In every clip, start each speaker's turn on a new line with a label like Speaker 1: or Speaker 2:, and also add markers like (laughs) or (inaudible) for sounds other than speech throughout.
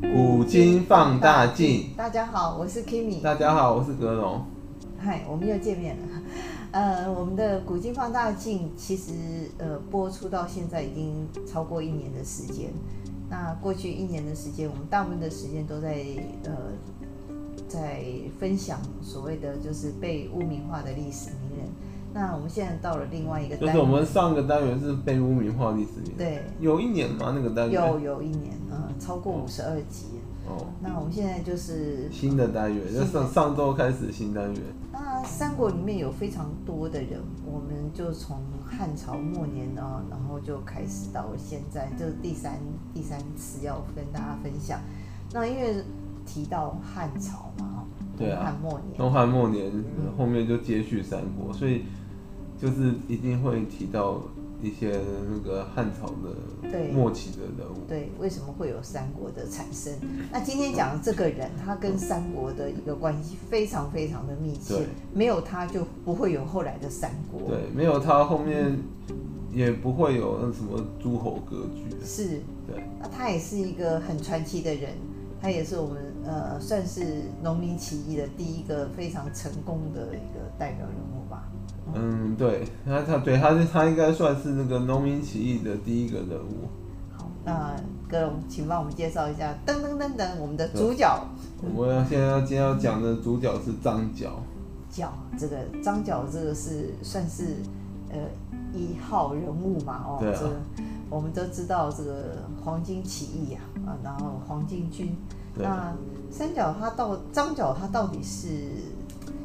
Speaker 1: 古今放大镜。
Speaker 2: 大家好，我是 Kimi。
Speaker 1: 大家好，我是格龙。
Speaker 2: 嗨，我们又见面了。 (laughs) 呃，我们的古今放大镜其实呃播出到现在已经超过一年的时间。那过去一年的时间，我们大部分的时间都在呃在分享所谓的就是被污名化的历史名人。那我们现在到了另外一个
Speaker 1: 就
Speaker 2: 单
Speaker 1: 是我
Speaker 2: 元，
Speaker 1: 们上个单元是被污名化历史年，
Speaker 2: 对，
Speaker 1: 有一年吗？那个单元
Speaker 2: 又有一年，呃，超过五十二集。
Speaker 1: 哦，
Speaker 2: 那我们现在就是
Speaker 1: 新的单元，就上上周开始新单元。
Speaker 2: 那三国里面有非常多的人，我们就从汉朝末年呢，然后就开始到现在，这是第三第三次要跟大家分享。那因为提到汉朝嘛，
Speaker 1: 对啊
Speaker 2: 汉末年，
Speaker 1: 东汉末年后面就接续三国，所以就是一定会提到一些那个汉朝的
Speaker 2: 对
Speaker 1: 末期的人物。
Speaker 2: 对，为什么会有三国的产生？那今天讲的这个人，他跟三国的一个关系非常非常的密切
Speaker 1: 对，
Speaker 2: 没有他就不会有后来的三国。
Speaker 1: 对，没有他后面也不会有那什么诸侯割据。啊
Speaker 2: 是，
Speaker 1: 对，
Speaker 2: 那他也是一个很传奇的人，他也是我们呃算是农民起义的第一个非常成功的一个代表人物吧。
Speaker 1: 嗯，对，他他对他是他应该算是那个农民起义的第一个人物。
Speaker 2: 好，那格隆，请帮我们介绍一下，噔噔噔噔，我们的主角
Speaker 1: 我们要现在要今天要讲的主角是张角，
Speaker 2: 角这个张角，这个是算是呃一号人物嘛？哦，
Speaker 1: 对啊
Speaker 2: 这个我们都知道这个黄巾起义啊，啊，然后黄巾军。
Speaker 1: 对
Speaker 2: 那三角他到张角他到底是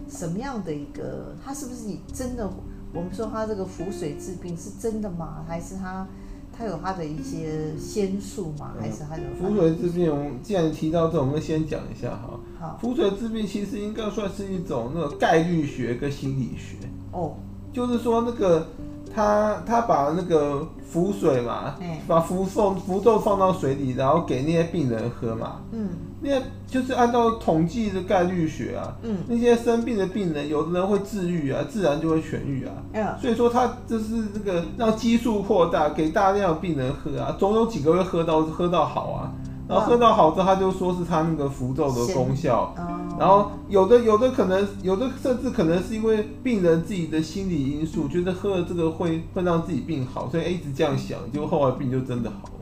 Speaker 2: 什么样的一个？他是不是真的？我们说他这个浮水治病是真的吗？还是他他有他的一些仙术吗？还是他有
Speaker 1: 涪水之病。我们既然提到这，我们先讲一下哈。
Speaker 2: 好
Speaker 1: 涪水之病其实应该算是一种那个概率学跟心理学，
Speaker 2: 哦，
Speaker 1: 就是说那个他他把那个浮水嘛，
Speaker 2: 嗯
Speaker 1: 把符送符咒放到水里，然后给那些病人喝嘛，
Speaker 2: 嗯
Speaker 1: 那些就是按照统计的概率学啊，
Speaker 2: 嗯
Speaker 1: 那些生病的病人，有的人会治愈啊，自然就会痊愈啊。
Speaker 2: 嗯，
Speaker 1: 所以说，他就是这个让基数扩大，给大量的病人喝啊，总有几个会喝到喝到好啊。然后
Speaker 2: 哇
Speaker 1: 喝到好之后，他就说是他那个符咒的
Speaker 2: 是
Speaker 1: 功效。
Speaker 2: 哦
Speaker 1: 然后有的有的可能有的甚至可能是因为病人自己的心理因素，觉得喝了这个会会让自己病好，所以哎一直这样想，就后来病就真的好了。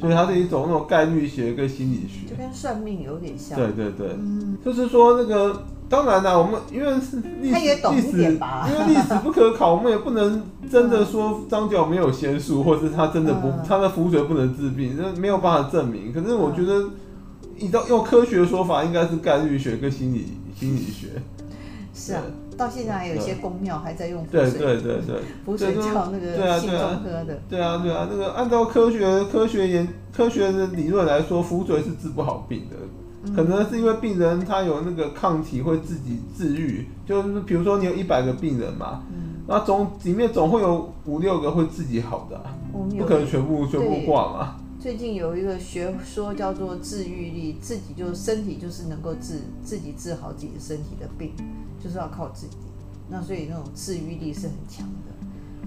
Speaker 1: 所以它是一种那种概率学跟心理学
Speaker 2: 就。跟算命有点像。
Speaker 1: 对对对，
Speaker 2: 嗯
Speaker 1: 就是说那个，当然啦，我们因为是历
Speaker 2: 他也
Speaker 1: 史
Speaker 2: 懂
Speaker 1: 历
Speaker 2: 一
Speaker 1: 史，
Speaker 2: 点吧
Speaker 1: 因为历史不可考，我们也不能真的说张角没有仙术，或是他真的不、
Speaker 2: 嗯
Speaker 1: 他的符水不能治病，那没有办法证明。可是我觉
Speaker 2: 嗯
Speaker 1: 得，以到用科学的说法，应该是概率学跟心理心理学。
Speaker 2: 是啊，到现在还有一些宫庙还在用符
Speaker 1: 对
Speaker 2: 水，
Speaker 1: 对对对
Speaker 2: 符水叫那
Speaker 1: 对啊
Speaker 2: 个信
Speaker 1: 对啊
Speaker 2: 众喝的。
Speaker 1: 对啊对啊，那个按照科学科学研科学的理论来说，符水是治不好病的。
Speaker 2: 嗯
Speaker 1: 可能是因为病人他有那个抗体会自己治愈，就是比如说你有一百个病人嘛，
Speaker 2: 嗯，
Speaker 1: 那总里面总会有五六个会自己好的啊、
Speaker 2: 我们
Speaker 1: 不
Speaker 2: 有
Speaker 1: 可能全部全部
Speaker 2: 对
Speaker 1: 挂嘛。
Speaker 2: 最近有一个学说叫做自愈力，自己就身体就是能够治自己治好自己的身体的病，就是要靠自己。那所以那种治愈力是很强的。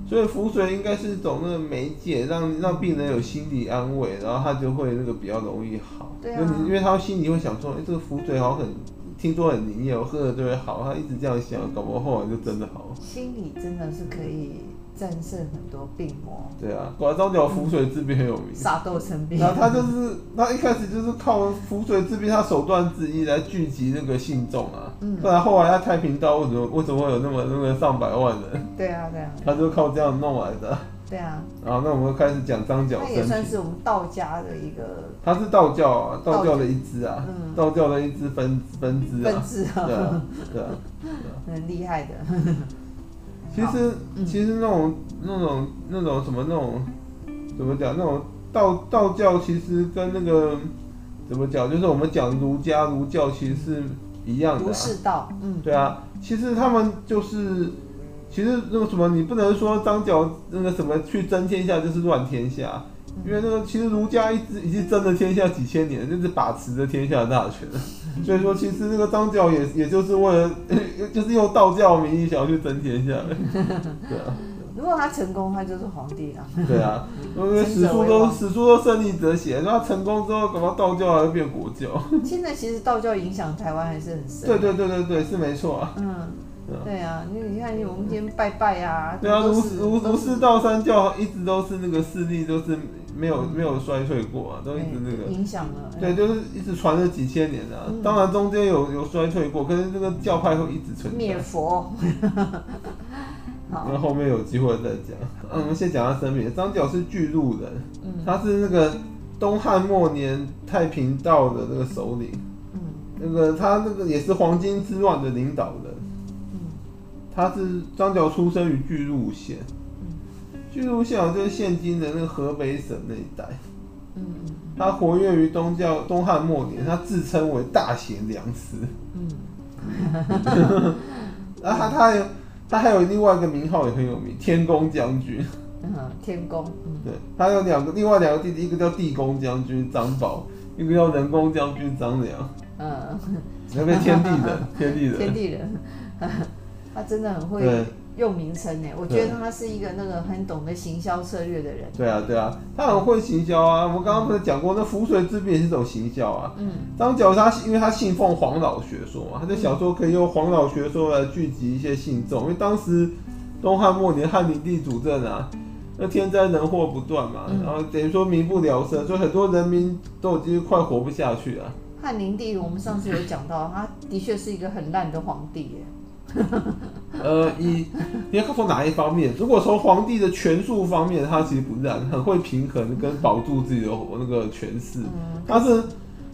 Speaker 1: 所以浮水应该是一种那个媒介，让让病人有心理安慰，然后他就会那个比较容易好。
Speaker 2: 对啊
Speaker 1: 因为你因为他心里会想说，哎、这个浮水好像很听说很灵验，我喝了就会好。他一直这样想，搞不好后来就真的好了。
Speaker 2: 心理真的是可以战胜很多病
Speaker 1: (laughs)
Speaker 2: 魔，
Speaker 1: 对啊，果然张角浮水治病很有名。
Speaker 2: 撒豆成兵。
Speaker 1: (laughs) 然后他就是他一开始就是靠浮水治病，他手段之一来聚集那个信众啊。
Speaker 2: 嗯
Speaker 1: 不然后来他太平道为什么为什么会有那么那个上百万
Speaker 2: (laughs)
Speaker 1: 人？
Speaker 2: 对啊，对啊，
Speaker 1: 他就靠这样弄来的。
Speaker 2: 对啊，
Speaker 1: 然后那我们开始讲张角
Speaker 2: 他也
Speaker 1: 生
Speaker 2: 算
Speaker 1: 平，
Speaker 2: 是我们道家的一个
Speaker 1: 他是道教啊，
Speaker 2: 道
Speaker 1: 道教
Speaker 2: 教
Speaker 1: 的一支啊，
Speaker 2: 嗯
Speaker 1: 道教的一支分分支
Speaker 2: 分
Speaker 1: 啊，
Speaker 2: 支
Speaker 1: 对
Speaker 2: 啊，
Speaker 1: 啊，对啊。
Speaker 2: 很厉害的。
Speaker 1: 其实、其实那种那种那种什么那种怎么讲那种道道教其实跟那个怎么讲，就是我们讲儒家儒教其实是一样的、
Speaker 2: 不
Speaker 1: 啊，
Speaker 2: 是道，嗯，
Speaker 1: 对啊，其实他们就是。其实那个什么，你不能说张角那个什么去争天下就是乱天下，
Speaker 2: 嗯
Speaker 1: 因为那个其实儒家一直已经争了天下几千年，就是把持着天下大权。
Speaker 2: (laughs)
Speaker 1: 所以说，其实那个张角也 (laughs) 也就是为了，就是用道教名义想要去争天下的。对啊，
Speaker 2: 如果果他成功，他就是皇帝了。
Speaker 1: 对啊，因为史书都史书都胜利者写，那成功之后，搞到道教还会变国教。
Speaker 2: (laughs) 现在其实道教影响台湾还是很深。
Speaker 1: 对对对对对，是没错啊。
Speaker 2: 嗯
Speaker 1: 对啊，
Speaker 2: 对啊，你你看我们今天拜拜啊，
Speaker 1: 对啊，
Speaker 2: 都
Speaker 1: 儒
Speaker 2: 是
Speaker 1: 儒
Speaker 2: 都
Speaker 1: 儒
Speaker 2: 是
Speaker 1: 释道三教一直都是那个势力，都是没有没有衰退过啊，都一直那个。
Speaker 2: 哎影响了。
Speaker 1: 对，
Speaker 2: 哎
Speaker 1: 就是一直传了几千年啊。
Speaker 2: 嗯
Speaker 1: 当然中间有有衰退过，可是这个教派会一直存在
Speaker 2: 灭。佛。 (laughs) 好，
Speaker 1: 那后面有机会再讲。嗯，我们先讲他生平。张角是巨鹿人，
Speaker 2: 嗯
Speaker 1: 他是那个东汉末年太平道的那个首领，
Speaker 2: 嗯
Speaker 1: 那个他那个也是黄巾之乱的领导人。
Speaker 2: 嗯
Speaker 1: 他是张角出生于巨鹿县，巨鹿县好像就是现今的那个河北省那一带。
Speaker 2: 嗯嗯
Speaker 1: 他活跃于东教东汉末年，他自称为大贤良师。
Speaker 2: 嗯，
Speaker 1: 然后他他还有他还有另外一个名号也很有名，天宫将军。
Speaker 2: 嗯，天宫，嗯
Speaker 1: 对，他有两个，另外两个弟弟，一个叫地宫将军张宝，一个叫人工将军张良，
Speaker 2: 嗯，
Speaker 1: 那边天地人，天地
Speaker 2: 天
Speaker 1: 人。
Speaker 2: 地人， (laughs) 他真的很会
Speaker 1: 对
Speaker 2: 用名称呢。我觉得他是一个那个很懂得行销策略的人。
Speaker 1: 对啊，对啊，他很会行销啊。我们刚刚不是讲过，那浮水之变也是一种行销啊。
Speaker 2: 嗯
Speaker 1: 张角他因为他信奉黄老学说嘛，他在想说可以用黄老学说来聚集一些信众，因为当时东汉末年汉灵帝主政啊，那天灾人祸不断嘛
Speaker 2: 嗯，
Speaker 1: 然后等于说民不聊生，所以很多人民都已经快活不下去啊。
Speaker 2: 汉灵帝，我们上次有讲到，他的确是一个很烂的皇帝耶。
Speaker 1: 呃，以你要从哪一方面？如果从皇帝的权术方面，他其实不烂，很会平衡跟保住自己的那个权势，
Speaker 2: 嗯，
Speaker 1: 他是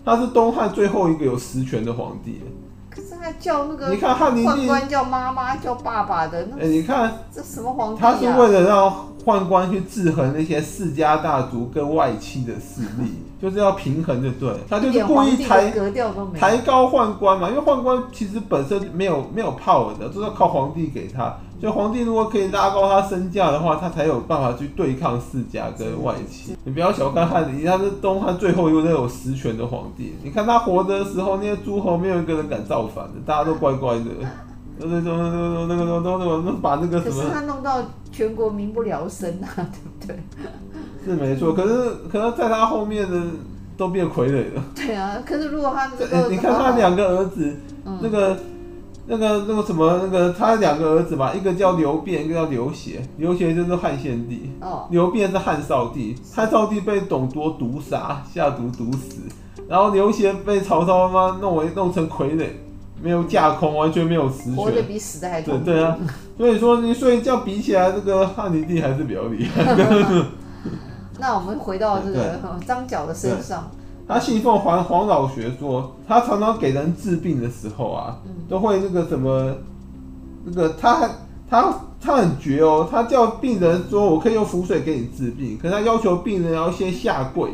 Speaker 1: 他是东汉最后一个有实权的皇帝。
Speaker 2: 可是他叫那个
Speaker 1: 你看汉灵
Speaker 2: 宦
Speaker 1: 帝，
Speaker 2: 官叫妈妈叫爸爸的，
Speaker 1: 哎、
Speaker 2: 那
Speaker 1: 你看。
Speaker 2: 这什么皇帝
Speaker 1: 他是
Speaker 2: 啊？
Speaker 1: 为了让宦官去制衡那些世家大族跟外戚的势力，就是要平衡，就对了。他就
Speaker 2: 一
Speaker 1: 是
Speaker 2: 点
Speaker 1: 故
Speaker 2: 皇
Speaker 1: 意
Speaker 2: 帝的
Speaker 1: 抬
Speaker 2: 格调都没有。
Speaker 1: 抬高宦官嘛，因为宦官其实本身没有没有 power 的，都是靠皇帝给他。所以皇帝如果可以拉高他身价的话，他才有办法去对抗世家跟外戚。你不要小看汉灵，他是东汉最后一个有实权的皇帝。你看他活着的时候，那些诸侯没有一个人敢造反的，大家都乖乖的。那那那那那个那那那把那个
Speaker 2: 可
Speaker 1: 什么
Speaker 2: 是他弄到全国民不聊生啊，
Speaker 1: (laughs)
Speaker 2: 对不对？
Speaker 1: 是没错，可是可是在他后面的都变傀儡了。
Speaker 2: 对啊，可是如果他
Speaker 1: 这
Speaker 2: 能
Speaker 1: 欸
Speaker 2: 够，
Speaker 1: 你看他两个儿子，
Speaker 2: 嗯
Speaker 1: 那个那个那个什么那个，他两个儿子吧，一个叫刘辩，一个叫刘协。刘协就是汉献帝，
Speaker 2: 哦，
Speaker 1: 刘辩是汉少帝，汉少帝被董卓毒杀，下毒毒死，然后刘协被曹操他妈弄为弄成傀儡，没有架空，完全没有实
Speaker 2: 活得
Speaker 1: 权。
Speaker 2: 比死的还
Speaker 1: 对
Speaker 2: 痛苦。
Speaker 1: 对啊，所以说你所以这样比起来，这个汉灵帝还是比较厉害。
Speaker 2: 那我们回到这个张角的身上，
Speaker 1: 他信奉黄黄老学说，他常常给人治病的时候啊，
Speaker 2: 嗯
Speaker 1: 都会那个什么，那个他还他他很绝哦，他叫病人说我可以用符水给你治病，可是他要求病人要先下跪，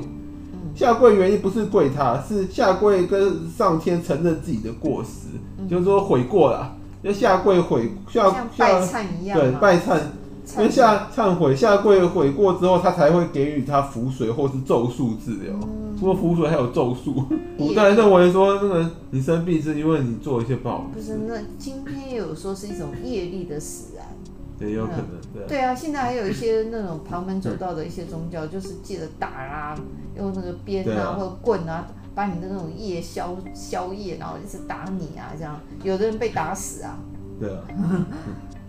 Speaker 2: 嗯
Speaker 1: 下跪原因不是跪他，是下跪跟上天承认自己的过失，
Speaker 2: 嗯
Speaker 1: 就是说悔过啦，就下跪悔下
Speaker 2: 像拜
Speaker 1: 下
Speaker 2: 忏一样啊
Speaker 1: 对
Speaker 2: 嘛，
Speaker 1: 拜忏，因为
Speaker 2: 忏
Speaker 1: 下忏悔下跪悔过之后，他才会给予他符水或是咒术治疗。
Speaker 2: 嗯
Speaker 1: 除了符水还有咒术，
Speaker 2: (laughs) 也
Speaker 1: 古代认为说那个你生病是因为你做一些不好
Speaker 2: 不
Speaker 1: 的
Speaker 2: 是
Speaker 1: 事，
Speaker 2: 那今天也有说是一种业力的啊使然。
Speaker 1: 也有可能对啊。
Speaker 2: 对啊，现在还有
Speaker 1: (laughs)
Speaker 2: 一些那种旁门左道的一些宗教，就是借着打啊，用那个鞭
Speaker 1: 对
Speaker 2: 啊
Speaker 1: 啊
Speaker 2: 或者棍啊，把你的那种业消消业，然后一直打你啊，这样有的人被打死啊。
Speaker 1: 对啊，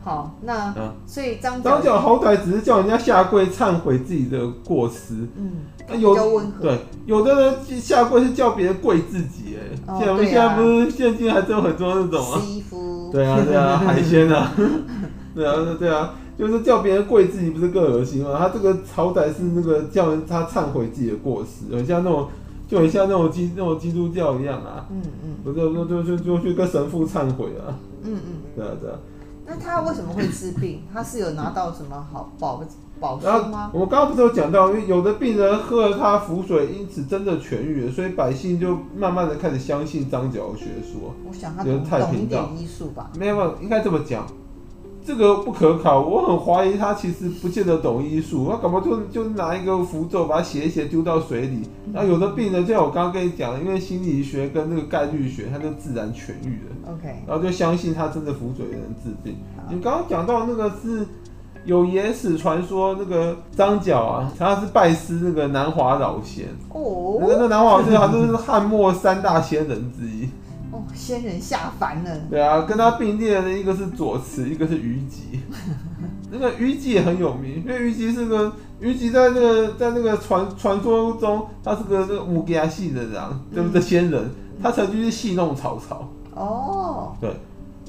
Speaker 2: 好，那、
Speaker 1: 嗯
Speaker 2: 所以张
Speaker 1: 张
Speaker 2: 角，
Speaker 1: 角好歹只是叫人家下跪忏悔自己的过失，
Speaker 2: 嗯，
Speaker 1: 那
Speaker 2: 比较
Speaker 1: 有
Speaker 2: 温和，
Speaker 1: 对有的人下跪是叫别人跪自己，
Speaker 2: 哦
Speaker 1: 哎，现在
Speaker 2: 对啊
Speaker 1: 现在不是现今还真有很多那种啊，
Speaker 2: 吃衣服，
Speaker 1: 对啊对
Speaker 2: (laughs)
Speaker 1: 啊，海鲜啊， (laughs) 对啊对啊，就是叫别人跪自己不是更恶心吗？他这个好歹是那个叫人他忏悔自己的过失，很像那种就很像那种基那种基督教一样啊。
Speaker 2: 嗯嗯
Speaker 1: 不是，那就就就去跟神父忏悔啊，
Speaker 2: 嗯嗯。
Speaker 1: 对啊对啊。
Speaker 2: 那他为什么会治病？他是有拿到什么好保保
Speaker 1: 然
Speaker 2: 书
Speaker 1: 后
Speaker 2: 哦吗？
Speaker 1: 我们刚刚不是有讲到，因为有的病人喝了他符水，因此真的痊愈了，所以百姓就慢慢的开始相信张角的学说。
Speaker 2: 我想他
Speaker 1: 有
Speaker 2: 懂
Speaker 1: 人太
Speaker 2: 懂一
Speaker 1: 平道
Speaker 2: 点医术吧。
Speaker 1: 没有，应该这么讲，这个不可考。我很怀疑他其实不见得懂医术，他搞不好就就拿一个符咒把它写一写丢到水里。然后有的病人，就像我刚刚跟你讲，因为心理学跟那个概率学，他就自然痊愈了。
Speaker 2: OK，
Speaker 1: 然后就相信他真的服嘴的人治病。
Speaker 2: 好
Speaker 1: 你刚刚讲到那个是有野史传说，那个张角啊，他是拜师那个南华老仙，那个
Speaker 2: 哦
Speaker 1: 那南华老仙好像是汉末三大仙人之一。
Speaker 2: 哦，仙人下凡了。
Speaker 1: 对啊，跟他并列的一个是左慈，一个是虞姬。那个虞姬也很有名，因为虞姬是个虞姬，在那个在那个传传说中，他是个那个乌鸦系的人啊，对不对？仙人，他曾经去戏弄曹操，
Speaker 2: 哦，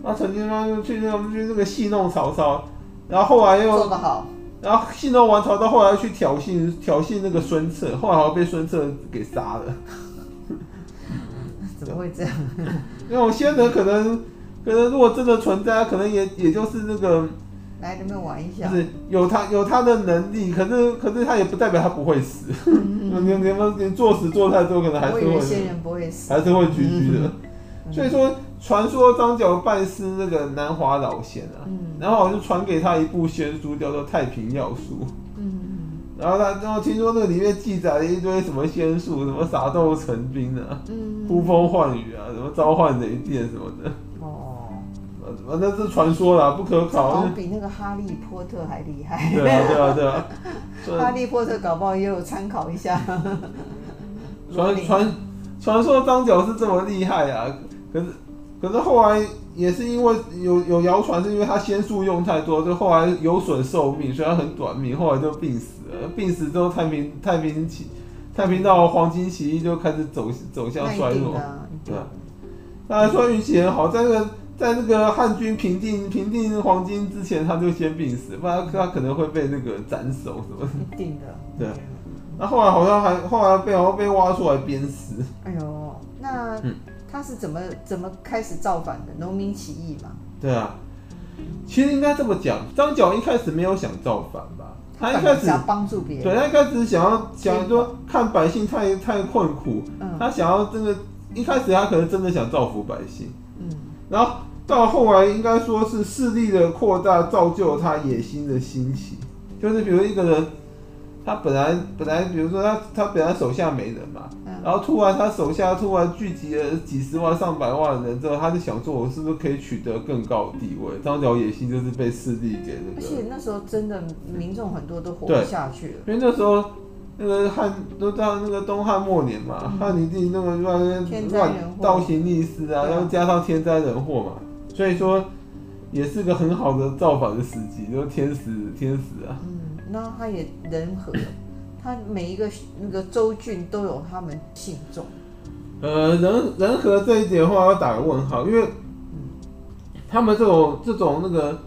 Speaker 1: 他曾经他就去那个去那个戏弄曹操，然后后来
Speaker 2: 做
Speaker 1: 又
Speaker 2: 得好， (laughs)
Speaker 1: 然后戏弄完曹操，后来去挑衅挑衅那个孙策，后来好像被孙策给杀了。
Speaker 2: 怎么会这样？
Speaker 1: 那种仙人可能可能如果真的存在，可能也也就是那个。
Speaker 2: 来，你们玩一
Speaker 1: 就
Speaker 2: 下。
Speaker 1: 是有他有他的能力，可是可是他也不代表他不会死。 (laughs) 你你们你作死做太多，可能还是
Speaker 2: 嗯我以为
Speaker 1: 会
Speaker 2: 仙人不会死。
Speaker 1: 还是会居居的。
Speaker 2: 嗯
Speaker 1: 所以说，传说张角拜师那个南华老仙啊，
Speaker 2: 嗯
Speaker 1: 然后我就传给他一部仙书，叫做《太平要术》。
Speaker 2: 嗯
Speaker 1: 然后他，然后听说那个里面记载了一堆什么仙术，什么撒豆成兵啊，
Speaker 2: 嗯
Speaker 1: 呼风唤雨啊，什么召唤雷电什么的，
Speaker 2: 哦，
Speaker 1: 呃反正是传说啦，不可
Speaker 2: 这好
Speaker 1: 考
Speaker 2: 像。比那个哈利波特还厉害。
Speaker 1: 对啊，对啊，对啊。所以
Speaker 2: 哈利波特搞不好也有参考一下。
Speaker 1: 传传传说张角是这么厉害啊，可是可是后来也是因为有有谣传，是因为他仙术用太多，就后来有损寿命，虽然很短命，后来就病死了。病死之后，太平太平起太平到黄金起义就开始走走向
Speaker 2: 那
Speaker 1: 衰
Speaker 2: 一定
Speaker 1: 落。
Speaker 2: 啊，一定
Speaker 1: 对啊他还说运气很好，在那个在那个汉军平定平定黄金之前，他就先病死，不然他可能会被那个斩首什么的。
Speaker 2: 一定的。
Speaker 1: 对啊那后来好像还后来被好像被挖出来鞭尸。
Speaker 2: 哎呦，那
Speaker 1: 嗯
Speaker 2: 他是怎么怎么开始造反的？农民起义嘛，
Speaker 1: 对啊，其实应该这么讲，张角一开始没有想造反吧？他一
Speaker 2: 反
Speaker 1: 开
Speaker 2: 而
Speaker 1: 始，
Speaker 2: 想帮助别
Speaker 1: 对
Speaker 2: 人。
Speaker 1: 他一开始想要想说看百姓太太困苦，
Speaker 2: 嗯
Speaker 1: 他想要真的，一开始他可能真的想造福百姓，
Speaker 2: 嗯
Speaker 1: 然后到后来应该说是势力的扩大造就他野心的兴起，就是比如一个人，他本来本来比如说他他本来手下没人嘛，
Speaker 2: 嗯，
Speaker 1: 然后突然他手下突然聚集了几十万上百万人之后，他就想说，我是不是可以取得更高的地位？张角野心就是被势力给那个，
Speaker 2: 而且那时候真的民众很多都活不
Speaker 1: 对
Speaker 2: 下去了，
Speaker 1: 因为那时候那个汉都到那个东汉末年嘛，
Speaker 2: 嗯
Speaker 1: 汉灵帝那个乱
Speaker 2: 天灾
Speaker 1: 乱
Speaker 2: 人祸
Speaker 1: 倒行逆施啊，
Speaker 2: 对啊
Speaker 1: 然后加上天灾人祸嘛，所以说也是个很好的造反的时机，就是天时天时啊，
Speaker 2: 嗯，然后他也人和，他每一个那个州郡都有他们信众，
Speaker 1: 呃，人人和这一点的话要打个问号，因为他们这种这种那个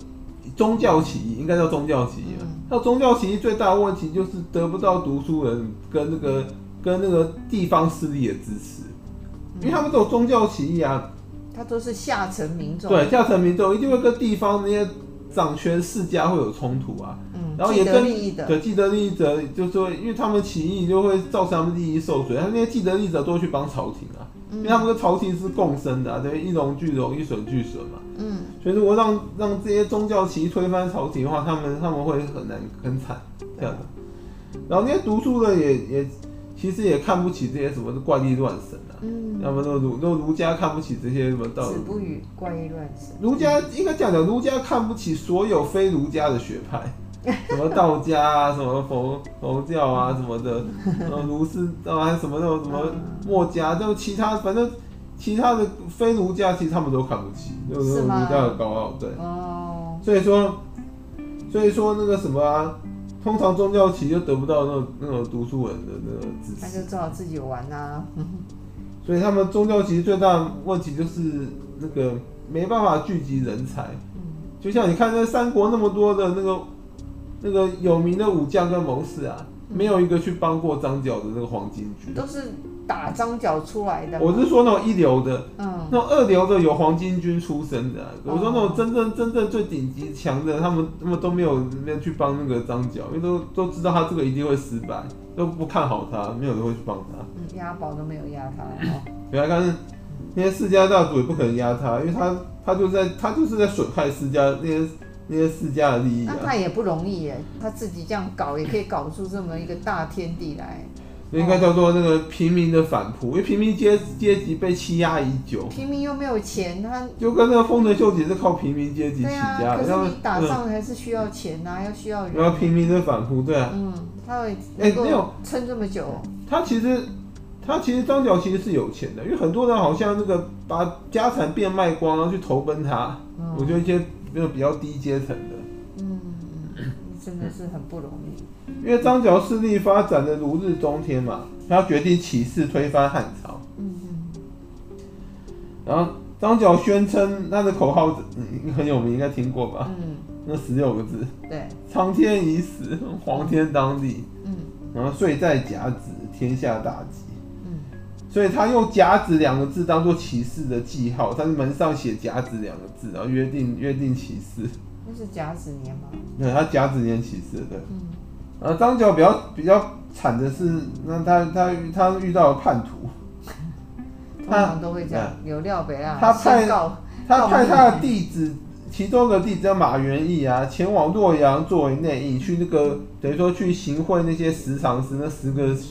Speaker 1: 宗教起义，应该叫宗教起义吧
Speaker 2: 嗯？
Speaker 1: 那、宗教起义最大的问题就是得不到读书人跟那个跟那个地方势力的支持，因为他们这种宗教起义啊，
Speaker 2: 他都是下层民众，
Speaker 1: 对下层民众一定会跟地方那些掌权世家会有冲突啊。
Speaker 2: 嗯，
Speaker 1: 然后
Speaker 2: 既
Speaker 1: 也
Speaker 2: 得
Speaker 1: 跟
Speaker 2: 利益的，
Speaker 1: 对既得利益者，就是说，因为他们起义就会造成他们利益受损，他们那些既得利益者都会去帮朝廷啊。
Speaker 2: 嗯
Speaker 1: 因为他们跟朝廷是共生的、啊，等于一荣俱荣，一损俱损嘛。
Speaker 2: 嗯，
Speaker 1: 所以如果让让这些宗教旗推翻朝廷的话，他们他们会很难很惨这样的。然后那些读书的也也其实也看不起这些什么怪力乱神啊，
Speaker 2: 嗯，
Speaker 1: 要么都儒都儒家看不起这些什么道
Speaker 2: 子不语怪异乱神，
Speaker 1: 儒家应该讲讲儒家看不起所有非儒家的学派。
Speaker 2: (laughs)
Speaker 1: 什么道家啊，什么佛佛教啊，什么的，然后儒释啊，什么那种什么
Speaker 2: 嗯
Speaker 1: 墨家，就其他反正其他的非儒家，其实他们都看不起，就是
Speaker 2: 是
Speaker 1: 儒
Speaker 2: 吗
Speaker 1: 家的高傲，对。
Speaker 2: 哦，
Speaker 1: 所以说，所以说那个什么啊，通常宗教期就得不到那种那种读书人的那个支
Speaker 2: 他就
Speaker 1: 持，
Speaker 2: 只好自己玩啊呐、
Speaker 1: 所以他们宗教期最大的问题就是那个没办法聚集人才。
Speaker 2: 嗯
Speaker 1: 就像你看那三国那么多的那个那个有名的武将跟谋士啊，没有一个去帮过张角的那个黄巾军。
Speaker 2: 都是啊打张角出来的嘛，
Speaker 1: 我是说那种一流的，
Speaker 2: 嗯
Speaker 1: 那种二流的有黄巾军出身的啊、
Speaker 2: 哦
Speaker 1: 我说那种真正真正最顶级强的，他们他们都没有没有去帮那个张角，因为都都知道他这个一定会失败，都不看好他，没有人会去帮他。
Speaker 2: 嗯押宝都没有押他哦，
Speaker 1: (laughs) 对啊，但是那些世家大族也不可能压他，因为他他就在他就是在损害世家那些那些世家的利益啊
Speaker 2: 那。他也不容易耶，他自己这样搞也可以搞出这么一个大天地来，
Speaker 1: 应该叫做那个平民的反扑，因为平民阶阶级被欺压已久，
Speaker 2: 平民又没有钱，他
Speaker 1: 就跟那个丰臣秀吉是靠平民阶级起
Speaker 2: 对啊
Speaker 1: 家，的，嗯
Speaker 2: 可
Speaker 1: 他
Speaker 2: 是
Speaker 1: 们
Speaker 2: 你打
Speaker 1: 嗯
Speaker 2: 仗还是需要钱呐、要需要人。
Speaker 1: 然后平民的反扑，对啊，
Speaker 2: 嗯，他会
Speaker 1: 哎
Speaker 2: 能够
Speaker 1: 没有
Speaker 2: 撑这么久，
Speaker 1: 他其实他其实张角其实是有钱的，因为很多人好像那个把家产变卖光，然后去投奔他，我
Speaker 2: 嗯
Speaker 1: 觉得一些那种比较低阶层的。
Speaker 2: 嗯，真的是很不容易。
Speaker 1: 因为张角势力发展的如日中天嘛，他决定起事推翻汉朝。
Speaker 2: 嗯
Speaker 1: 然后张角宣称他的口号，嗯，很有名，应该听过吧？
Speaker 2: 嗯
Speaker 1: 那十六个字：
Speaker 2: 嗯，对，
Speaker 1: 苍天已死，黄天当立。
Speaker 2: 嗯
Speaker 1: 然后睡在甲子，天下大吉。
Speaker 2: 嗯
Speaker 1: 所以他用“甲子”两个字当做骑士的记号，但是门上写“甲子”两个字，然后约定约定骑士。
Speaker 2: 那是甲子年吗？
Speaker 1: 对，他甲子年骑士对。
Speaker 2: 嗯
Speaker 1: 然后张角比较比较惨的是，那他他他遇到了叛徒，
Speaker 2: 通
Speaker 1: 他
Speaker 2: 常都会这样，有料北啊，
Speaker 1: 他派
Speaker 2: 先告
Speaker 1: 他派他的弟子，其中的弟子叫马元义啊，前往洛阳作为内应，去那个等于说去行贿那些十常侍，那十个势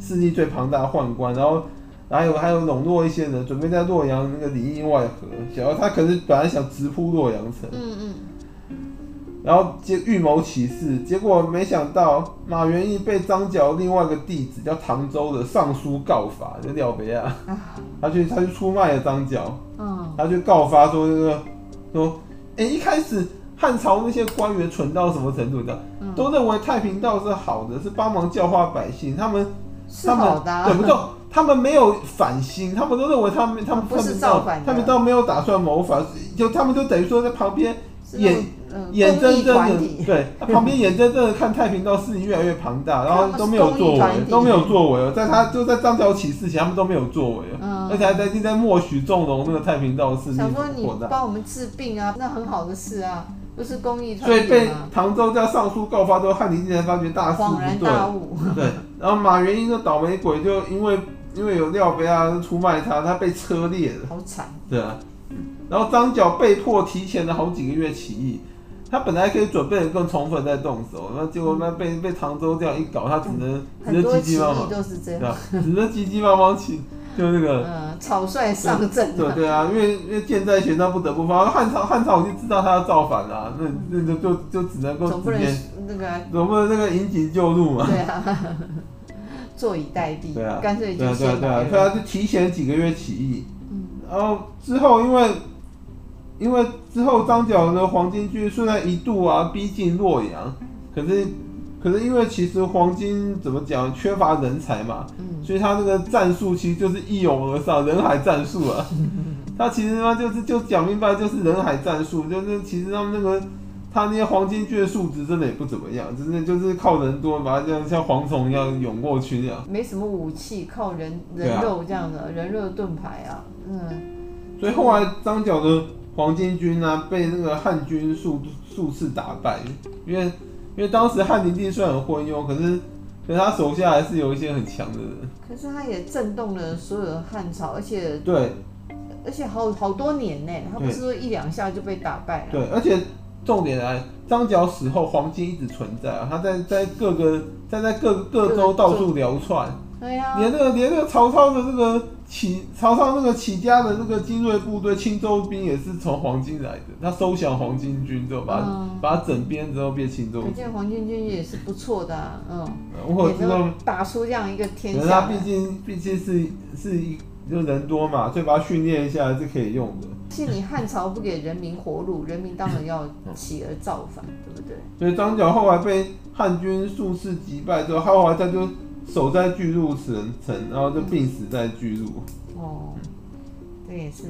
Speaker 1: 势力最庞大的宦官，然后还有还有笼络一些人，准备在洛阳那个里应外合，想要他可是本来想直扑洛阳城，
Speaker 2: 嗯
Speaker 1: 然后结预谋起事，结果没想到马元义被张角另外一个弟子叫唐周的上书告发，就廖别亚，
Speaker 2: 嗯啊
Speaker 1: 他去他去出卖了张角。
Speaker 2: 嗯
Speaker 1: 他就告发说那个说，哎、一开始汉朝那些官员蠢到什么程度的，
Speaker 2: 嗯，
Speaker 1: 都认为太平道是好的，是帮忙教化百姓，他们
Speaker 2: 是
Speaker 1: 他
Speaker 2: 好
Speaker 1: 们
Speaker 2: 的啊、
Speaker 1: 对不对？他们没有反心，他们都认为他们他们
Speaker 2: 不是
Speaker 1: 他们
Speaker 2: 造
Speaker 1: 道
Speaker 2: 反的
Speaker 1: 他们倒没有打算谋反，就他们就等于说在旁边
Speaker 2: 是
Speaker 1: 眼
Speaker 2: 那种呃
Speaker 1: 眼
Speaker 2: 公
Speaker 1: 睁
Speaker 2: 益
Speaker 1: 睁
Speaker 2: 团
Speaker 1: 的
Speaker 2: 体
Speaker 1: 对，他旁边眼睁睁的看太平道势力越来越庞
Speaker 2: (laughs)
Speaker 1: 大，然后都没有作为
Speaker 2: 他们是公益团，体
Speaker 1: 都没有作为哦，在他就在张角起事前，他们都没有作为哦，
Speaker 2: 嗯
Speaker 1: 而且还在在默许纵容那个太平道势力
Speaker 2: 想说你
Speaker 1: 扩大。
Speaker 2: 帮我们治病啊，那很好的事啊，都是公益团
Speaker 1: 所以
Speaker 2: 体
Speaker 1: 被
Speaker 2: 嘛，
Speaker 1: 唐周在上书告发之后，汉灵竟然发觉大事
Speaker 2: 啊恍然
Speaker 1: 不
Speaker 2: 大
Speaker 1: 对，
Speaker 2: 悟。
Speaker 1: 对。然后马元英的倒霉鬼就因为因为有廖贝亚出卖他，他被车裂了，
Speaker 2: 好惨，
Speaker 1: 对啊。然后张角被迫提前了好几个月起义，他本来可以准备的更充分再动手，那结果那被被唐周这样一搞，他只能只
Speaker 2: 很
Speaker 1: 能
Speaker 2: 多
Speaker 1: 急
Speaker 2: 起
Speaker 1: 急忙
Speaker 2: 义
Speaker 1: 忙，
Speaker 2: 都是这
Speaker 1: 对
Speaker 2: 样。
Speaker 1: 啊，只能急急忙忙起，就那个。
Speaker 2: 嗯，草率上阵
Speaker 1: 对
Speaker 2: 啊，
Speaker 1: 对啊，因为因为箭在弦上不得不发，汉朝汉朝已经知道他要造反了、啊那那就就就只能够
Speaker 2: 总不
Speaker 1: 直
Speaker 2: 能
Speaker 1: 接
Speaker 2: 那个啊
Speaker 1: 我们那个引颈就入嘛。
Speaker 2: 对啊，坐以待毙
Speaker 1: 对啊，
Speaker 2: 嗯干脆
Speaker 1: 对
Speaker 2: 就
Speaker 1: 啊，对啊，
Speaker 2: 先
Speaker 1: 对啊
Speaker 2: 来，
Speaker 1: 所以
Speaker 2: 了。
Speaker 1: 他就提前几个月起义，
Speaker 2: 嗯
Speaker 1: 然后之后因为因为之后张角的黄巾军虽然一度啊逼近洛阳，可是可是因为其实黄巾怎么讲缺乏人才嘛，
Speaker 2: 嗯
Speaker 1: 所以他那个战术其实就是一涌而上，人海战术啊。他其实他妈就是就讲明白就是人海战术，就是其实他们那个他那些黄巾军的数值真的也不怎么样，真的就是靠人多把它这样像蝗虫一样涌过去啊那样。
Speaker 2: 没什么武器，靠人
Speaker 1: 对
Speaker 2: 人
Speaker 1: 啊
Speaker 2: 肉这样的人肉盾牌啊，嗯
Speaker 1: 所以后来张角的黄巾军呢、被那个汉军数数次打败，因为因为当时汉灵帝虽然很昏庸，可是可是他手下还是有一些很强的人。
Speaker 2: 可是他也震动了所有的汉朝，而且
Speaker 1: 对，
Speaker 2: 而且好好多年呢，他不是说一两下就被打败了。
Speaker 1: 对，而且重点来，张角死后，黄金一直存在啊，他在在各个在在各各州到处流窜，
Speaker 2: 对啊呀、
Speaker 1: 连那个连那个曹操的那个起曹操那个起家的那个精锐部队青州兵也是从黄金来的，他收降黄巾军之后，把它、
Speaker 2: 嗯
Speaker 1: 把它整编之后变青州
Speaker 2: 可
Speaker 1: 兵，
Speaker 2: 见黄巾军也是不错的、啊，嗯，
Speaker 1: 啊我
Speaker 2: 也
Speaker 1: 知道
Speaker 2: 能，打出这样一个
Speaker 1: 可
Speaker 2: 天
Speaker 1: 是
Speaker 2: 下
Speaker 1: 他
Speaker 2: 来
Speaker 1: 毕。竟毕竟是是一就人多嘛，所以把他训练一下是可以用的。
Speaker 2: 是你汉朝不给人民活路，人民当然要起而造反，对不对？
Speaker 1: 所以张角后来被汉军数次击败之后，后来啊他就守在巨鹿城城，然后就病死在巨鹿。
Speaker 2: 哦，这也是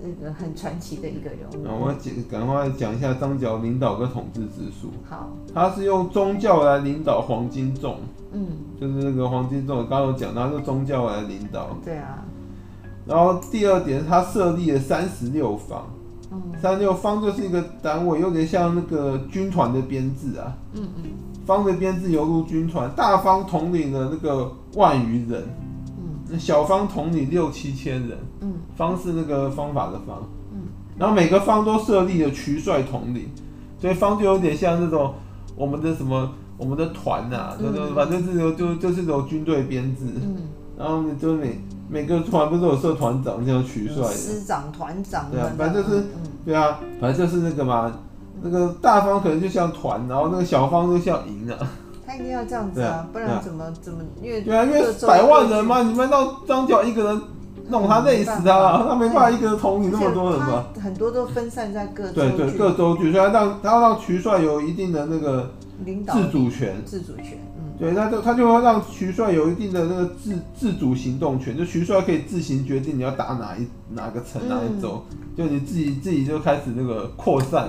Speaker 2: 那个很传奇的一个人
Speaker 1: 然后
Speaker 2: 物。
Speaker 1: 我讲，赶快讲一下张角领导跟统治之术。
Speaker 2: 好，
Speaker 1: 他是用宗教来领导黄巾众，
Speaker 2: 嗯，
Speaker 1: 就是那个黄巾众，刚刚有讲到，他是宗教来领导。
Speaker 2: 对啊，
Speaker 1: 然后第二点，他设立了三十六方，
Speaker 2: 嗯
Speaker 1: 三十六方就是一个单位，有点像那个军团的编制啊。
Speaker 2: 嗯嗯
Speaker 1: 方的编制犹如军团，大方统领了那个万余人。
Speaker 2: 嗯
Speaker 1: 小方统领六七千人，
Speaker 2: 嗯
Speaker 1: 方是那个方法的方，
Speaker 2: 嗯，
Speaker 1: 然后每个方都设立了渠帅统领，所以方就有点像那种我们的什么我们的团啊呐、
Speaker 2: 嗯
Speaker 1: 就就反正是由就就是由军队编制，
Speaker 2: 嗯，
Speaker 1: 然后就每每个团不是有社团长这样取帅的，
Speaker 2: 师长、团长
Speaker 1: 对啊
Speaker 2: 们
Speaker 1: 反正就是
Speaker 2: 嗯
Speaker 1: 对啊，反正就是那个嘛，那个大方可能就像团，然后那个小方就像营啊，
Speaker 2: 他一定要这样子
Speaker 1: 对
Speaker 2: 啊
Speaker 1: 啊，
Speaker 2: 不
Speaker 1: 对
Speaker 2: 然
Speaker 1: 啊
Speaker 2: 怎么怎么因为
Speaker 1: 对啊，因为
Speaker 2: 各州
Speaker 1: 百万人嘛，你们到张角一个人弄他累死他了，他没办法一个人统领那么多人嘛。
Speaker 2: 而且他很多都分散在各州
Speaker 1: 对对，各
Speaker 2: 去
Speaker 1: 州举帅让他要让渠帅有一定的那个
Speaker 2: 领导
Speaker 1: 自主权，
Speaker 2: 自主权，嗯
Speaker 1: 对，那就他就会让渠帅有一定的那个自自主行动权，就渠帅可以自行决定你要打哪一哪个
Speaker 2: 嗯
Speaker 1: 城哪一州，就你自己自己就开始那个扩散，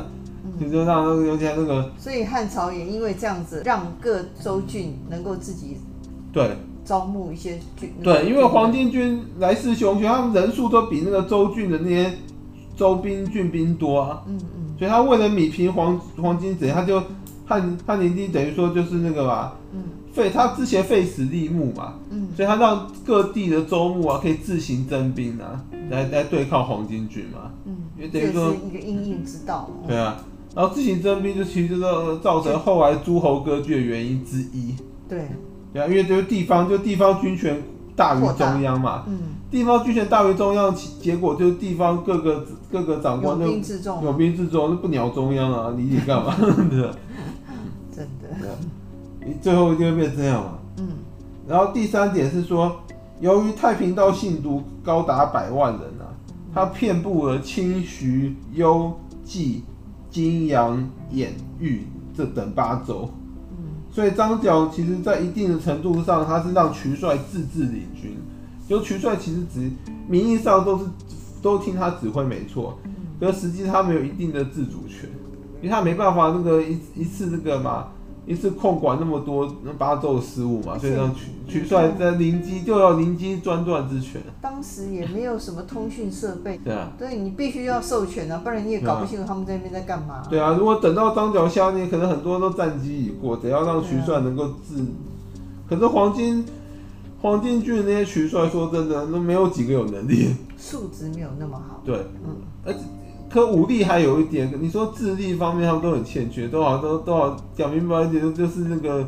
Speaker 1: 就
Speaker 2: 嗯，
Speaker 1: 就让那个有点那个
Speaker 2: 所以汉朝也因为这样子，让各州郡能够自己
Speaker 1: 对
Speaker 2: 招募一些军，
Speaker 1: 对，因为黄巾军来势汹汹，他们人数都比那个州郡的那些州兵郡兵多啊，
Speaker 2: 嗯嗯
Speaker 1: 所以他为了米平黄黄巾贼，他就汉汉灵帝等于说就是那个嘛，
Speaker 2: 嗯
Speaker 1: 废他之前废死立牧嘛，
Speaker 2: 嗯
Speaker 1: 所以他让各地的州牧啊可以自行征兵啊，来来对抗黄巾军嘛。
Speaker 2: 嗯，
Speaker 1: 因为
Speaker 2: 这
Speaker 1: 等
Speaker 2: 也
Speaker 1: 于说
Speaker 2: 是一个应应之道，
Speaker 1: 对啊，然后自行征兵就其实就是造成后来诸侯割据的原因之一。
Speaker 2: 对，
Speaker 1: 对啊，因为就是地方就地方军权大于
Speaker 2: 扩大
Speaker 1: 中央嘛，
Speaker 2: 嗯，
Speaker 1: 地方军权大于中央，其结果就是地方各个各个长
Speaker 2: 有
Speaker 1: 官就
Speaker 2: 兵自重
Speaker 1: 有
Speaker 2: 啊，
Speaker 1: 兵自重，就不鸟中央啊，你你干嘛？ (laughs) 对啊
Speaker 2: 真的，
Speaker 1: 对啊，你最后就会变这样嘛。
Speaker 2: 嗯
Speaker 1: 然后第三点是说，由于太平道信徒高达百万人啊，它遍布了清徐幽冀、金阳、兖豫这等八州，
Speaker 2: 嗯
Speaker 1: 所以张角其实在一定的程度上，他是让渠帅自治领军，就渠帅其实只名义上都是都听他指挥没错，
Speaker 2: 嗯
Speaker 1: 可是实际他没有一定的自主权，因为他没办法那个一一次那个嘛，一次控管那么多那八州的事务嘛，所以让渠渠帅在临机就要临机专断之权，
Speaker 2: 当时也没有什么通讯设备，
Speaker 1: 对啊，
Speaker 2: 对你必须要授权啊，不然你也搞不清楚他们在那边在干嘛。
Speaker 1: 对啊，如果等到张角下面，可能很多都战机已过，只要让
Speaker 2: 啊
Speaker 1: 渠帅能够自，可是黄金黄巾军那些渠帅说真的都没有几个有能力，
Speaker 2: 素质没有那么好。
Speaker 1: 对，
Speaker 2: 嗯
Speaker 1: 可武力还有一点，你说智力方面他们都很欠缺，都好像都都好像讲明白一点，就是那个。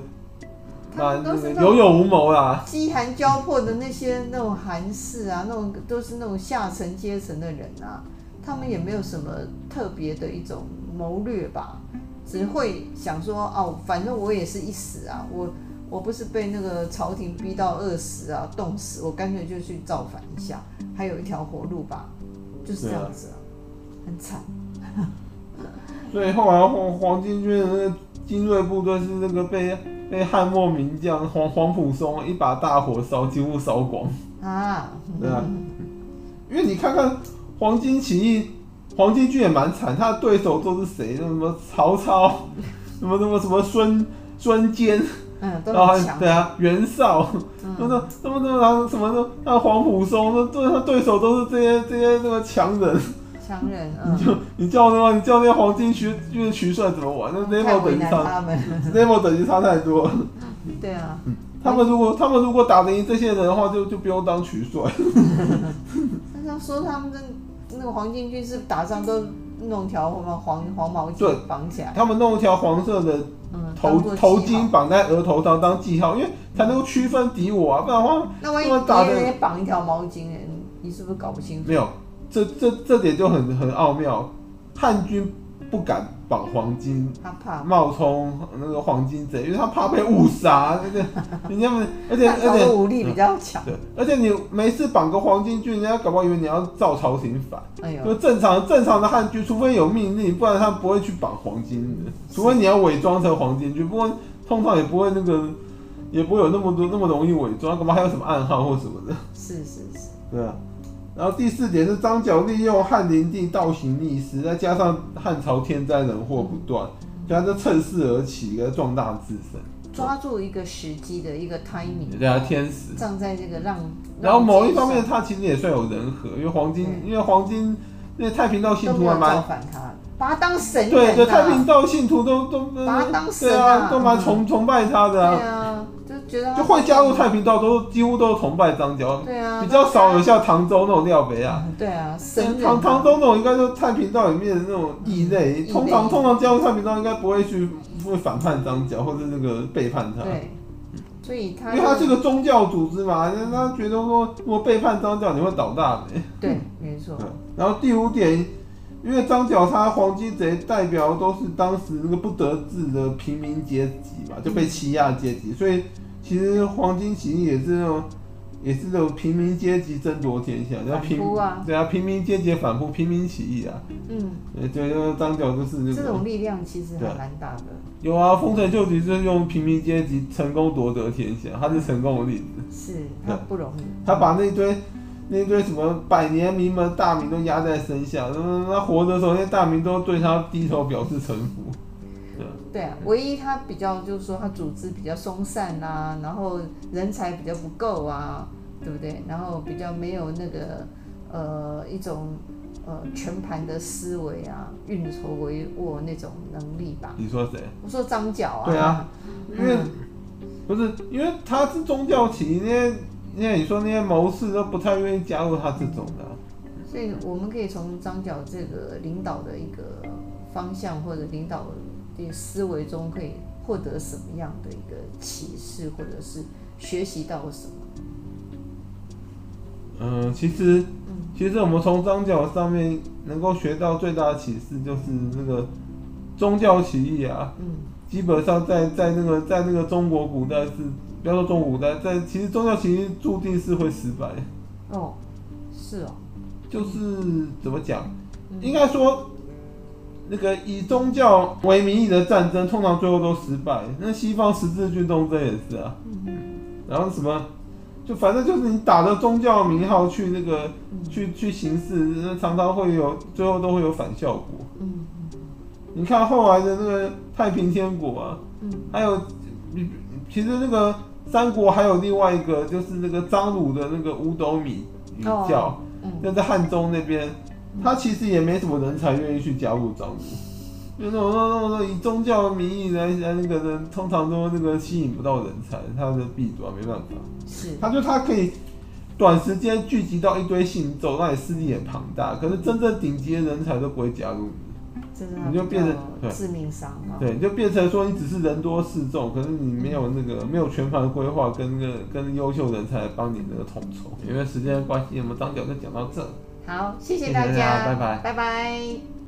Speaker 1: 那
Speaker 2: 他们
Speaker 1: 那
Speaker 2: 都
Speaker 1: 个
Speaker 2: 是那
Speaker 1: 有
Speaker 2: 种
Speaker 1: 勇无谋啦，
Speaker 2: 饥寒交迫的那些那种韩式啊，那种都是那种下层阶层的人啊，他们也没有什么特别的一种谋略吧，只会想说哦，反正我也是一死啊，我我不是被那个朝廷逼到饿死啊、冻死，我干脆就去造反一下，还有一条活路吧，就是这样子啊，很惨。
Speaker 1: 所以后来黄黄巾军的那个精锐部队是那个被被汉末名将黄黄埔松一把大火烧，几乎烧光。
Speaker 2: 啊，
Speaker 1: 对啊因为你看看黄巾起义，黄巾军也蛮惨，他的对手都是谁？那什么曹操， (laughs) 什么什么什么孙孙坚，
Speaker 2: 嗯，都
Speaker 1: 然后
Speaker 2: 很
Speaker 1: 还
Speaker 2: 强，
Speaker 1: 对啊袁绍，那
Speaker 2: 嗯，
Speaker 1: 那那么那么然后什么的，那黄埔松，那对他对手都是这些这些那个强人。
Speaker 2: 强人，
Speaker 1: 你就
Speaker 2: 嗯，
Speaker 1: 你叫那你叫那些黄金区就是区帅怎么玩？那
Speaker 2: 太
Speaker 1: level
Speaker 2: 为
Speaker 1: 等级
Speaker 2: 难
Speaker 1: 差
Speaker 2: 他们，
Speaker 1: level 等级差太多了。
Speaker 2: 对啊，
Speaker 1: 他们如果他们如果打得赢这些人的话，就就不用当渠帅。
Speaker 2: 但是他说他们的那个黄巾军是打仗都弄条什么黄黄毛
Speaker 1: 对
Speaker 2: 巾绑起来，
Speaker 1: 他们弄一条黄色的
Speaker 2: 嗯，
Speaker 1: 头
Speaker 2: 啊当做记号
Speaker 1: 头巾。绑在额头上当记号，因为才能够区分敌我啊，不然的话
Speaker 2: 那万一
Speaker 1: 他们打
Speaker 2: 别
Speaker 1: 得
Speaker 2: 人也绑一条毛巾，你你是不是搞不清楚？
Speaker 1: 没有。这这这点就很很奥妙，汉军不敢绑黄金
Speaker 2: 他怕
Speaker 1: 冒充那个黄金贼，因为他怕被误杀，
Speaker 2: (laughs)
Speaker 1: 那个人家们，而且
Speaker 2: 汉
Speaker 1: 而
Speaker 2: 朝
Speaker 1: 且
Speaker 2: 的武力比较强。
Speaker 1: 对，而且你没事绑个黄巾军，人家搞不好以为你要造朝廷反。
Speaker 2: 哎
Speaker 1: 就
Speaker 2: 呦，
Speaker 1: 正常正常的汉军，除非有命令，不然他不会去绑黄巾的。除非你要伪装成黄巾军，不过通常也不会那个，也不会有那么多那么容易伪装，干嘛还有什么暗号或什么的？
Speaker 2: 是是是，
Speaker 1: 对啊。然后第四点是张角利用汉灵帝倒行逆施，再加上汉朝天灾人祸不断，所以他就趁势而起，给他壮大自身。
Speaker 2: 抓住一个时机的一个 timing，
Speaker 1: 对啊，天使。
Speaker 2: 站在这个浪，
Speaker 1: 然后某一方面，
Speaker 2: 浪尖
Speaker 1: 他其实也算有人和，因为黄金，
Speaker 2: 对
Speaker 1: 因为黄金，因为太平道信
Speaker 2: 上都
Speaker 1: 徒
Speaker 2: 没
Speaker 1: 还
Speaker 2: 有造
Speaker 1: 蛮，
Speaker 2: 反他，把他当神
Speaker 1: 对
Speaker 2: 人啊
Speaker 1: 对，
Speaker 2: 呐
Speaker 1: 太平道信徒都都，
Speaker 2: 把他当神
Speaker 1: 对
Speaker 2: 啊
Speaker 1: 啊，都蛮崇崇拜他
Speaker 2: 对
Speaker 1: 的啊，
Speaker 2: 啊，就觉得
Speaker 1: 就
Speaker 2: 他
Speaker 1: 会加入太平道，都几乎都是崇拜张角，
Speaker 2: 对啊，
Speaker 1: 比较少有像唐周那种料杯啊。
Speaker 2: 对啊，神人
Speaker 1: 唐
Speaker 2: 啊
Speaker 1: 唐周那种应该就是太平道里面的那种异类，
Speaker 2: 嗯
Speaker 1: 通
Speaker 2: 异
Speaker 1: 常
Speaker 2: 类
Speaker 1: 通常加入太平道应该不会去会反叛张角，或是那个背叛他。
Speaker 2: 对，所以他
Speaker 1: 啊因为他是个宗教组织嘛，那他觉得说，如果背叛张角，你会倒大霉。
Speaker 2: 对，没错，
Speaker 1: 对嗯然后第五点，因为张角他黄金贼代表都是当时那个不得志的平民阶级嘛，就
Speaker 2: 嗯
Speaker 1: 被欺压阶级，所以其实黄金起义也是那种，也是那种平民阶级争夺天下，叫
Speaker 2: 反
Speaker 1: 平
Speaker 2: 扑啊，
Speaker 1: 对啊，平民阶级反扑，平民起义啊，
Speaker 2: 嗯，
Speaker 1: 对对，就是张角就是那
Speaker 2: 这种力量其实还
Speaker 1: 对
Speaker 2: 蛮大的。
Speaker 1: 有啊，丰臣秀吉就是用平民阶级成功夺得天下，他是成功的例子。
Speaker 2: 是，他不容易。
Speaker 1: 他把那一堆那一堆什么百年名门大名都压在身下，那那那活着的时候，那些大名都对他低头表示臣服。对啊
Speaker 2: 对啊，唯一他比较就是说他组织比较松散啊，然后人才比较不够啊，对不对？然后比较没有那个呃一种呃全盘的思维啊，运筹帷幄那种能力吧。
Speaker 1: 你说谁？
Speaker 2: 我说张角啊，
Speaker 1: 对啊，因为、
Speaker 2: 嗯
Speaker 1: 不是因为他是宗教旗，那些那些你说那些谋士都不太愿意加入他这种的啊、
Speaker 2: 所以我们可以从张角这个领导的一个方向或者领导的思维中，可以获得什么样的一个启示，或者是学习到什么？
Speaker 1: 嗯，其实，其实我们从张角上面能够学到最大的启示，就是那个宗教起义啊，
Speaker 2: 嗯，
Speaker 1: 基本上在在那个在那个中国古代是，不要说中国古代，在其实宗教起义注定是会失败，
Speaker 2: 哦，是哦，
Speaker 1: 就是怎么讲，
Speaker 2: 嗯
Speaker 1: 应该说。那个以宗教为名义的战争，通常最后都失败。那西方十字军东征也是啊，
Speaker 2: 嗯
Speaker 1: 然后什么，就反正就是你打着宗教名号去那个
Speaker 2: 嗯
Speaker 1: 去去行事，那常常会有最后都会有反效果。
Speaker 2: 嗯
Speaker 1: 你看后来的那个太平天国啊，
Speaker 2: 嗯
Speaker 1: 还有你其实那个三国还有另外一个就是那个张鲁的那个五斗米语教，
Speaker 2: 嗯，
Speaker 1: 就在汉中那边，他其实也没什么人才愿意去加入张鲁。就那种那种那种以宗教名义来来那个人，通常都那个吸引不到人才，他的弊端没办法。
Speaker 2: 是，
Speaker 1: 他就他可以短时间聚集到一堆信众，那你势力很庞大，可是真正顶级的人才都不会加入你，
Speaker 2: 真的
Speaker 1: 你就变成
Speaker 2: 比较
Speaker 1: 对
Speaker 2: 致命伤啊。
Speaker 1: 对，你就变成说你只是人多势众，可是你没有那个没有全盘规划跟那个跟优秀人才来帮你那个统筹。因为时间关系，我们张角就讲到这。
Speaker 2: 好，谢
Speaker 1: 谢谢
Speaker 2: 大
Speaker 1: 大家拜拜
Speaker 2: 拜拜。